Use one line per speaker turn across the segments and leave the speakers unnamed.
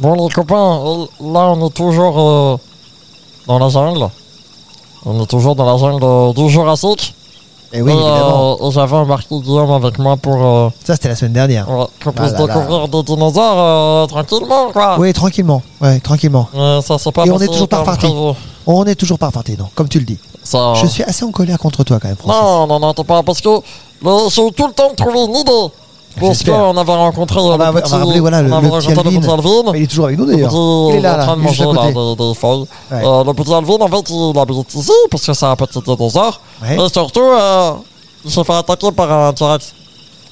Bon les copains, là on est toujours euh, dans la jungle. On est toujours dans la jungle euh, du Jurassique.
Et Eh oui,
Et, euh,
évidemment.
et j'avais embarqué Guillaume avec moi pour euh,
Ça, c'était la semaine dernière.
ouais, qu'on puisse
Ah là là.
découvrir des dinosaures euh, tranquillement quoi.
Oui, tranquillement. Ouais, tranquillement.
Mais ça s'est pas
Et on
passé
est toujours pas
comme
reparti.
prévu.
On n'est toujours pas reparti, non, comme tu le dis.
Ça,
Je suis assez en colère contre toi quand même, Francis.
Non, non, non, t'es pas. Parce que euh, j'ai eu tout le temps de trouver une idée. Parce
J'espère.
qu'on avait rencontré euh,
on,
le
va, on va
petit-
rappeler voilà, le,
on avait
le petit
rencontré le petit
Alvin.
Alvin.
Mais il est toujours avec nous
Le
d'ailleurs.
petit-
hein. Il est là,
en
là,
train de
juste
manger
à
là,
côté.
des, des feuilles.
Ouais.
Euh, le petit Alvin, en fait, il habite ici parce que c'est un petit dinosaure.
Ouais.
Et surtout, euh, il s'est fait attaquer par un T-Rex.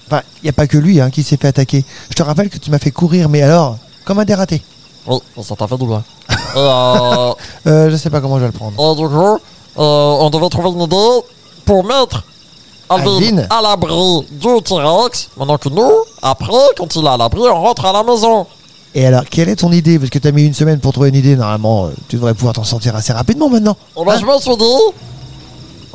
Enfin, il n'y a pas que lui hein, qui s'est fait attaquer. Je te rappelle que tu m'as fait courir, mais alors, comme un dératé.
Oui, ça t'a Oh, fait douleur. et, euh,
Euh, je sais pas comment je vais le prendre.
et du coup, euh, on devait trouver une idée pour mettre Alvin,
Alvin.
à l'abri du T-Rex. Maintenant que nous, après, quand il est à l'abri, on rentre à la maison.
Et alors, quelle est ton idée Parce que tu as mis une semaine pour trouver une idée. Normalement, euh, tu devrais pouvoir t'en sortir assez rapidement maintenant.
Et ben,
Hein Oh
je me suis dit. Oh,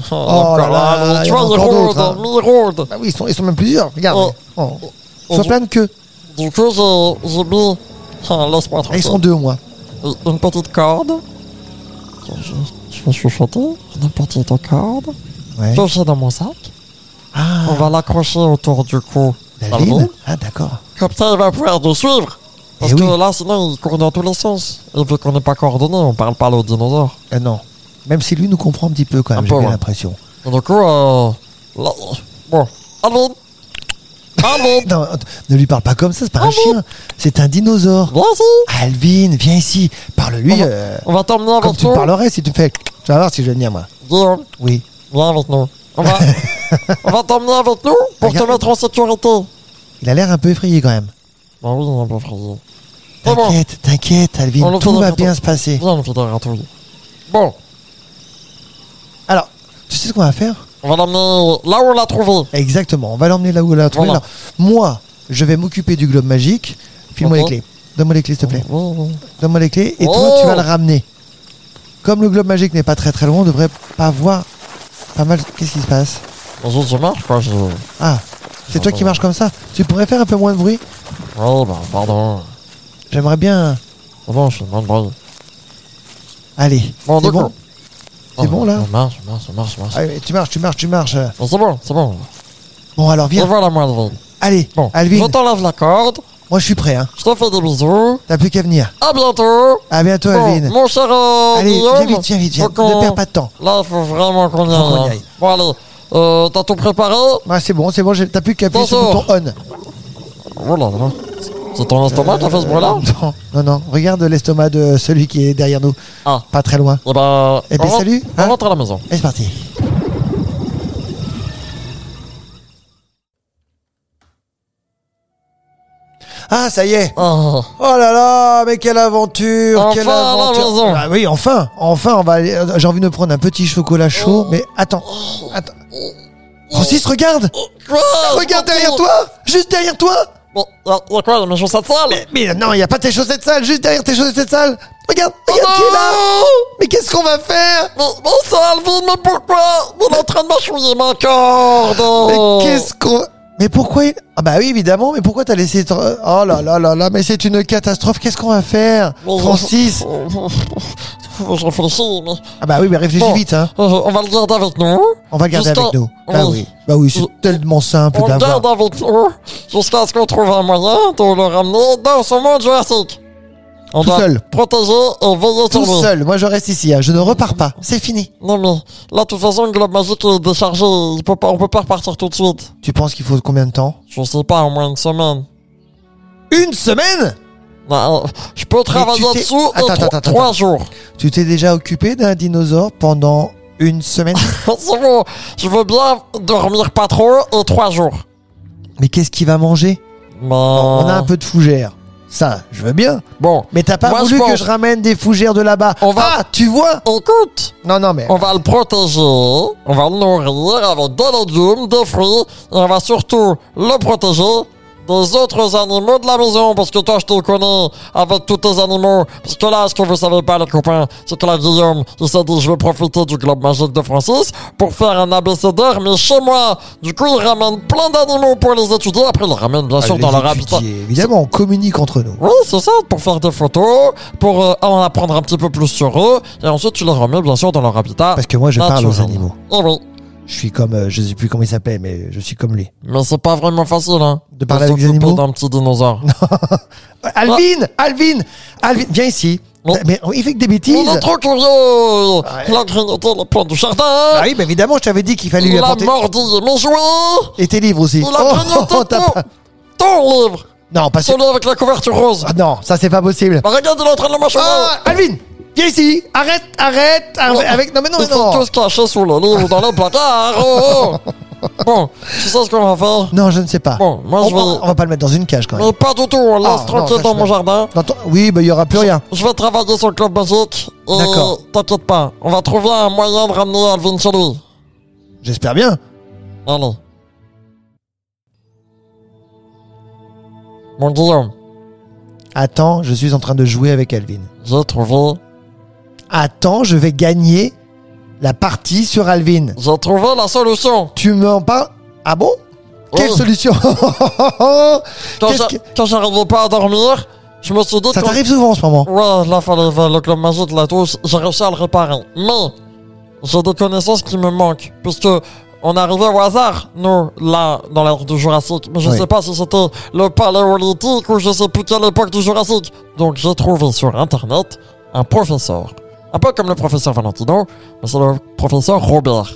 là là,
mais
il y
tu
en a
vois, il
encore
rôde,
d'autres, hein.
il rôde.
Bah oui, ils sont, ils sont même plusieurs. Regarde.
Oh.
Oh.
Oh,
Ils sont
je-
plein de queues.
Du coup, j'ai j'ai mis. Ah, Laisse-moi
Ah, Ils sont
tranquille. Euh,
deux au moins.
Une petite corde. Je, je vais chuchoter. Une petite corde.
Ouais.
Piochée dans mon sac.
Ah,
On va l'accrocher autour du cou.
David. Ah, d'accord.
Comme ça, il va pouvoir nous suivre. Parce
Eh
que
oui.
là, sinon, il court dans tous les sens. Et vu qu'on n'est pas coordonné, on parle pas le dinosaure.
Ah, non. Même si lui nous comprend un petit peu quand même,
Un
j'ai
peu,
bien
ouais.
l'impression.
Et du coup, euh, là- bon. Alvin Alvin
Non, ne lui parle pas comme ça, c'est pas un
Ah bon
chien. C'est un dinosaure.
Vas-y
Alvin, viens ici. Parle-lui
On va-
euh,
On va t'emmener avec
comme tu
nous.
me parlerais si tu me fais. Tu vas voir si je vais venir, moi.
Guillaume,
Oui.
viens avec nous. On va, on va t'emmener avec nous pour te
Regarde.
mettre en sécurité.
Il a l'air un peu effrayé quand même.
Bah oui, on va frayer. C'est bon, viens,
T'inquiète, t'inquiète,
On
Alvin.
le
Tout
fera
va
bientôt.
bien se passer.
on fait des ratouilles. Bon,
Alors, tu sais ce qu'on va faire
on va l'emmener là où on l'a trouvé.
Exactement. On va l'emmener là où on l'a trouvé.
Voilà.
Alors, moi, je vais m'occuper du globe magique. File-moi les
Ok.
clés. Donne-moi les clés, s'il te plaît.
Oui, oui.
Donne-moi les clés. Et toi,
Oh
tu vas le ramener. Comme le globe magique n'est pas très très loin, on devrait pas voir pas mal. Qu'est-ce qui se passe
Les autres, je marche, quoi. Je... Oui,
Ah, c'est toi
Oh.
qui marches comme ça. Tu pourrais faire un peu moins de bruit
bah, pardon.
J'aimerais bien.
C'est bon, je suis mal boy.
Allez,
Bon,
c'est
du
bon.
coup.
C'est bon, là
Je marche, je marche, je marche, je marche.
Allez, tu marches, tu marches, tu marches.
Bon, c'est bon, c'est bon.
Bon, alors
Et
viens.
voilà, moi, Alvin.
Allez,
Bon,
Alvin,
je t'enlève la corde.
moi je suis prêt. Hein.
Je te fais des bisous.
T'as plus qu'à venir.
À bientôt.
À bientôt,
Bon,
Alvin.
mon cher euh,
Allez,
Guillaume,
viens vite, viens vite, viens.
faut qu'on-
Ne perds pas de temps.
Là, il faut vraiment qu'on y
Faut
aille.
qu'on y
hein.
aille.
Bon, allez, euh, t'as tout préparé
Ah, c'est bon, c'est bon, j'ai- t'as plus qu'à appuyer sur le
Bonjour.
bouton on.
Oh là là. C'est ton estomac qui a fait ce bruit-là
Non, non, non, regarde l'estomac de celui qui est derrière nous,
Ah,
pas très loin.
et ben.
Eh ben,
on rentre-
salut,
On
hein.
rentre à la maison.
Allez, c'est parti. Ah, ça y est
Ah,
Oh là là, mais quelle aventure,
Enfin,
quelle
à la
aventure.
maison.
Ah oui, enfin, enfin, on va aller- euh, j'ai envie de me prendre un petit chocolat chaud, mais attends, attends. Francis, regarde
Oh, quoi
Regarde derrière toi Juste derrière toi
Bon, y'a y'a quoi, y'a mes chaussettes sales
Mais non, il y a pas tes chaussettes sales, juste derrière tes chaussettes sales Regarde, regarde
Oh
qui est là
Ah,
Mais qu'est-ce qu'on va faire
Mais, mais c'est Alvin, mais pourquoi Il est en train de m'achouiller ma corde
Mais
Oh.
qu'est-ce qu'on... Mais pourquoi il... Ah bah oui, évidemment, mais pourquoi t'as laissé... ton- Oh là là là là, mais c'est une catastrophe, qu'est-ce qu'on va faire
Bon,
Francis
Oh, Je réfléchis, mais.
Ah bah oui, mais réfléchis
Bon.
vite, hein
Euh, on va le garder avec nous.
On va le garder
Jusqu'à-
avec nous. Bah oui, bah oui, c'est
On-
tellement simple
On le
d'avoir...
garde avec nous jusqu'à ce qu'on trouve un moyen de le ramener dans ce monde jurassique. On
Tout
doit
seul.
protéger et veiller
Tout
sur lui.
seul, moi je reste ici, hein. je ne repars pas, c'est fini.
Non mais là, de toute façon, le globe magique est déchargé. Il peut pas, on peut pas repartir tout de suite.
Tu penses qu'il faut combien de temps
Je sais pas, au moins une semaine.
Une semaine
Non, euh, je peux travailler
tu t'es-
dessus et
Attends,
tro-
attends, attends,
trois
attends.
jours.
Tu t'es déjà occupé d'un dinosaure pendant une semaine
C'est bon, je veux bien dormir pas trop et trois jours. Bah,
Mais qu'est-ce qu'il va manger
Mais...
On a un peu de fougère. Ça, je veux bien.
Bon,
Mais t'as pas
Moi,
voulu
je pense-
que je ramène des fougères de là-bas.
On va-
Ah, tu vois
écoute,
Non, non, mais...
On va le protéger, on va le nourrir avec des légumes, des fruits, et on va surtout le protéger des autres animaux de la maison, parce que toi, je te connais avec tous tes animaux. Parce que là, ce que vous savez pas, les copains, c'est que la Guillaume, il s'est dit, je vais profiter du globe magique de Francis pour faire un abécédaire, mais chez moi. Du coup, il ramène plein d'animaux pour les étudier. Après, il les ramène, bien sûr,
Ah, les
dans leur
étudier.
habitat.
Évidemment, on communique entre nous.
Oui, c'est ça, pour faire des photos, pour euh, en apprendre un petit peu plus sur eux, et ensuite tu les remets bien sûr dans leur habitat.
Parce que moi, je parle aux
naturel.
animaux.
Eh oui,
Je suis comme, euh, je sais plus comment il s'appelait, mais je suis comme lui.
mais c'est pas vraiment facile, hein.
De parler avec des
s'occuper
animaux
d'un petit dinosaure.
Euh, Alvin,
Ah.
Alvin, Alvin, viens ici.
Non.
Mais il fait que des
On
bêtises.
est trop curieux Il a grignoté les plantes du jardin
Ah oui, mais évidemment, je t'avais dit qu'il fallait lui
Il a
apporter.
mordi mes jouets
Et tes livres aussi.
Il
Oh,
a grignoté
oh, t'as
tout
pas-
Ton livre
Non, pas celui
Celui avec la couverture rose
Ah non, ça c'est pas possible.
Bah, Regarde, il est en train de le mâcher
Ah, Alvin, viens ici. Arrête, arrête. arrête, Avec... Non, mais non, mais
Ils sont
non.
tous cachés sous le lit ou dans le placard oh, oh. Bon, tu sais ce qu'on va faire
Non, je ne sais pas.
Bon, moi,
on,
je
va...
vais-
on va pas le mettre dans une cage quand même.
Mais pas du tout, on laisse
Ah, non,
tranquille
ça,
dans
je
mon
sais.
jardin.
Dans ton- Oui, bah il y aura plus rien.
Je vais travailler sur le club magique. et
D'accord.
T'inquiète pas, on va trouver un moyen de ramener Alvin chez lui.
J'espère bien.
Allez. Mon Guillaume,
Attends, je suis en train de jouer avec Alvin.
j'ai trouvé,
Attends, je vais gagner la partie sur Alvin.
j'ai trouvé la solution.
Tu m'en parles Ah bon Quelle
Oh.
solution
Quand
Qu'est-ce
j'ai-
que-
quand j'arrivais pas à dormir, je me suis dit
Ça
que...
t'arrive souvent en ce moment.
Ouais, là, fallait voir le club magique, la touche, j'ai réussi à le réparer. Mais, j'ai des connaissances qui me manquent, puisque on arrivait au hasard, nous, là, dans l'ère du Jurassique. Mais je
Oui.
sais pas si c'était le paléolithique ou je sais plus quelle époque du Jurassique. Donc, j'ai trouvé sur Internet un professeur. Un peu comme le professeur Valentino, mais c'est le professeur Robert.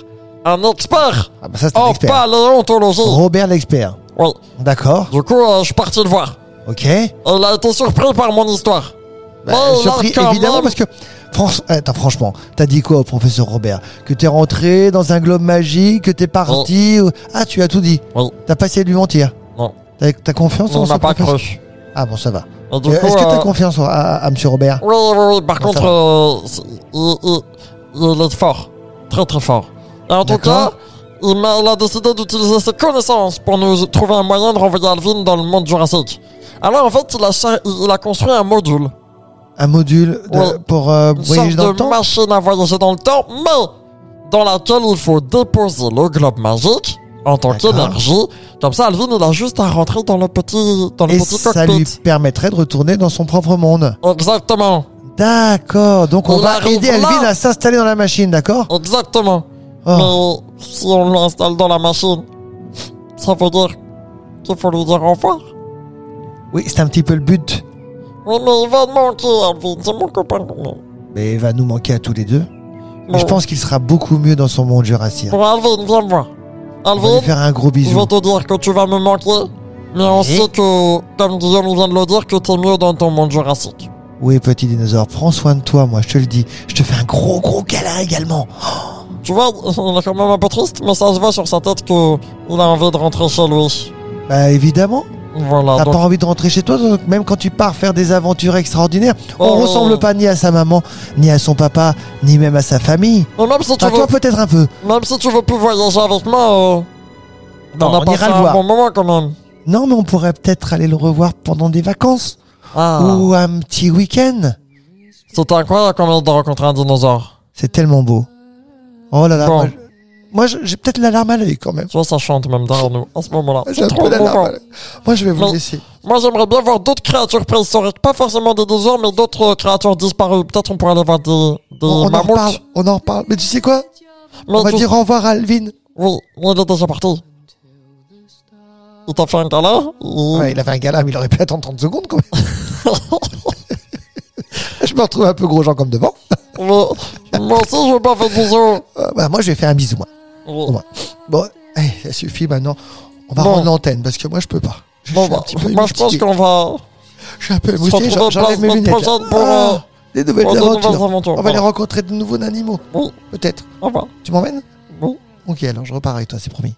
Un expert
Ah bah ça c'est un
en
expert.
paléontologie.
Robert l'expert.
Oui.
D'accord.
Du coup, euh, je suis parti le voir.
Ok.
Et il a été surpris par mon histoire.
Bah,
Oh, là,
surpris
quand
évidemment
même.
parce que France... Attends, franchement, t'as dit quoi au professeur Robert Que t'es rentré dans un globe magique, que t'es parti.
Oh.
ou- Ah, tu as tout dit.
Oui.
T'as pas essayé de lui mentir.
Oh. Non.
T'as t'as confiance en
On
ce
n'a pas
professeur
cru.
Ah bon, ça va.
Et du
Euh,
coup,
Est-ce que t'as
euh,
confiance en- à, à- à Monsieur Robert
Oui, oui, oui. Par
Bon, ça
contre,
va.
euh, c'est- il, il- il est fort. Très, très fort. Et en tout cas,
D'accord.
il, m'a- il a décidé d'utiliser ses connaissances pour nous trouver un moyen de renvoyer Alvin dans le monde jurassique. Alors, en fait, il a, cha- il a construit un module.
Un module de-
Ouais.
pour euh,
Une
voyager dans le
sorte de
temps
machine à voyager dans le temps, mais dans laquelle il faut déposer le globe magique en tant
D'accord.
qu'énergie. Comme ça, Alvin, il a juste à rentrer dans le petit, dans le
Et
petit
ça
cockpit.
lui permettrait de retourner dans son propre monde.
Exactement.
D'accord, donc on
On
va
arrive
aider
là.
Alvin à s'installer dans la machine, d'accord
Exactement.
Oh,
Mais si on l'installe dans la machine, ça veut dire qu'il faut lui dire au revoir.
Oui, c'est un petit peu le but.
Oui, mais il va te manquer, Alvin. C'est mon copain quand même.
Mais il va nous manquer à tous les deux. Mais
Bon,
je pense qu'il sera beaucoup mieux dans son monde jurassien.
Bon, Alvin, viens me voir.
On va
Alvin,
lui faire un ¿Eh? gros
je
bisou.
vais te dire que tu vas me manquer. Mais on
Oui.
sait que, comme Guillaume vient de le dire, que t'es mieux dans ton monde jurassique.
Oui, petit dinosaure, prends soin de toi, moi, je te le dis. Je te fais un gros, gros câlin également.
Tu vois, il est quand même un peu triste, mais ça se voit sur sa tête que il a envie de rentrer chez lui.
Bah, évidemment.
Voilà.
T'as
donc-
pas envie de rentrer chez toi, donc même quand tu pars faire des aventures extraordinaires, on
Oh.
ressemble pas ni à sa maman, ni à son papa, ni même à sa famille.
Mais même si tu
Enfin,
veux,
Bah, toi, peut-être un peu.
même si tu veux plus voyager avec moi, euh,
Non,
on a
on
passé
ira le
un
voir.
bon moment quand même.
Non, mais on pourrait peut-être aller le revoir pendant des vacances
Ah.
ou un petit week-end.
C'était incroyable quand même de rencontrer un dinosaure.
C'est tellement beau. Oh là là.
Bon.
moi, je- Moi, je- j'ai peut-être la larme à l'œil quand même.
Tu vois, ça chante même derrière nous, à ce moment-là.
J'ai
C'est
un
trop
peu la larme
émouvant.
à l'œil. Moi, je vais vous
Non.
laisser.
Moi, j'aimerais bien voir d'autres créatures préhistoriques. Pas forcément des dinosaures, mais d'autres euh, créatures disparues. Peut-être on pourrait aller voir des, des
On, on en
mammouths.
reparle. On en reparle. Mais tu sais quoi
Mais
On va
tu-
dire au revoir à Alvin.
Oui, il est déjà parti. Il t'a fait un câlin il-
Ouais, il avait un galère, mais il aurait pu attendre 30 secondes quand même. je me retrouve un peu gros gens comme devant.
Mais- Moi aussi, je veux pas faire de bisous.
Euh, bah, moi, je vais faire un bisou, moi.
Oui.
Bon, bon eh, ça suffit maintenant. On va
Bon.
rendre l'antenne parce que moi, je peux pas. Je,
Bon,
suis un
bah,
petit peu
moi, je pense
émoustillé.
qu'on va...
Je suis un peu
se
émoustillé.
retrouve
j'en- J'enlève mes
place
lunettes.
notre
là.
prochaine pour, euh,
Ah, des nouvelles
pour de
aventures.
nouvelles aventures,
On va
voilà.
les rencontrer de nouveaux animaux,
Oui,
peut-être.
au revoir.
Tu m'emmènes
Oui.
Ok, alors je repars avec toi, c'est promis.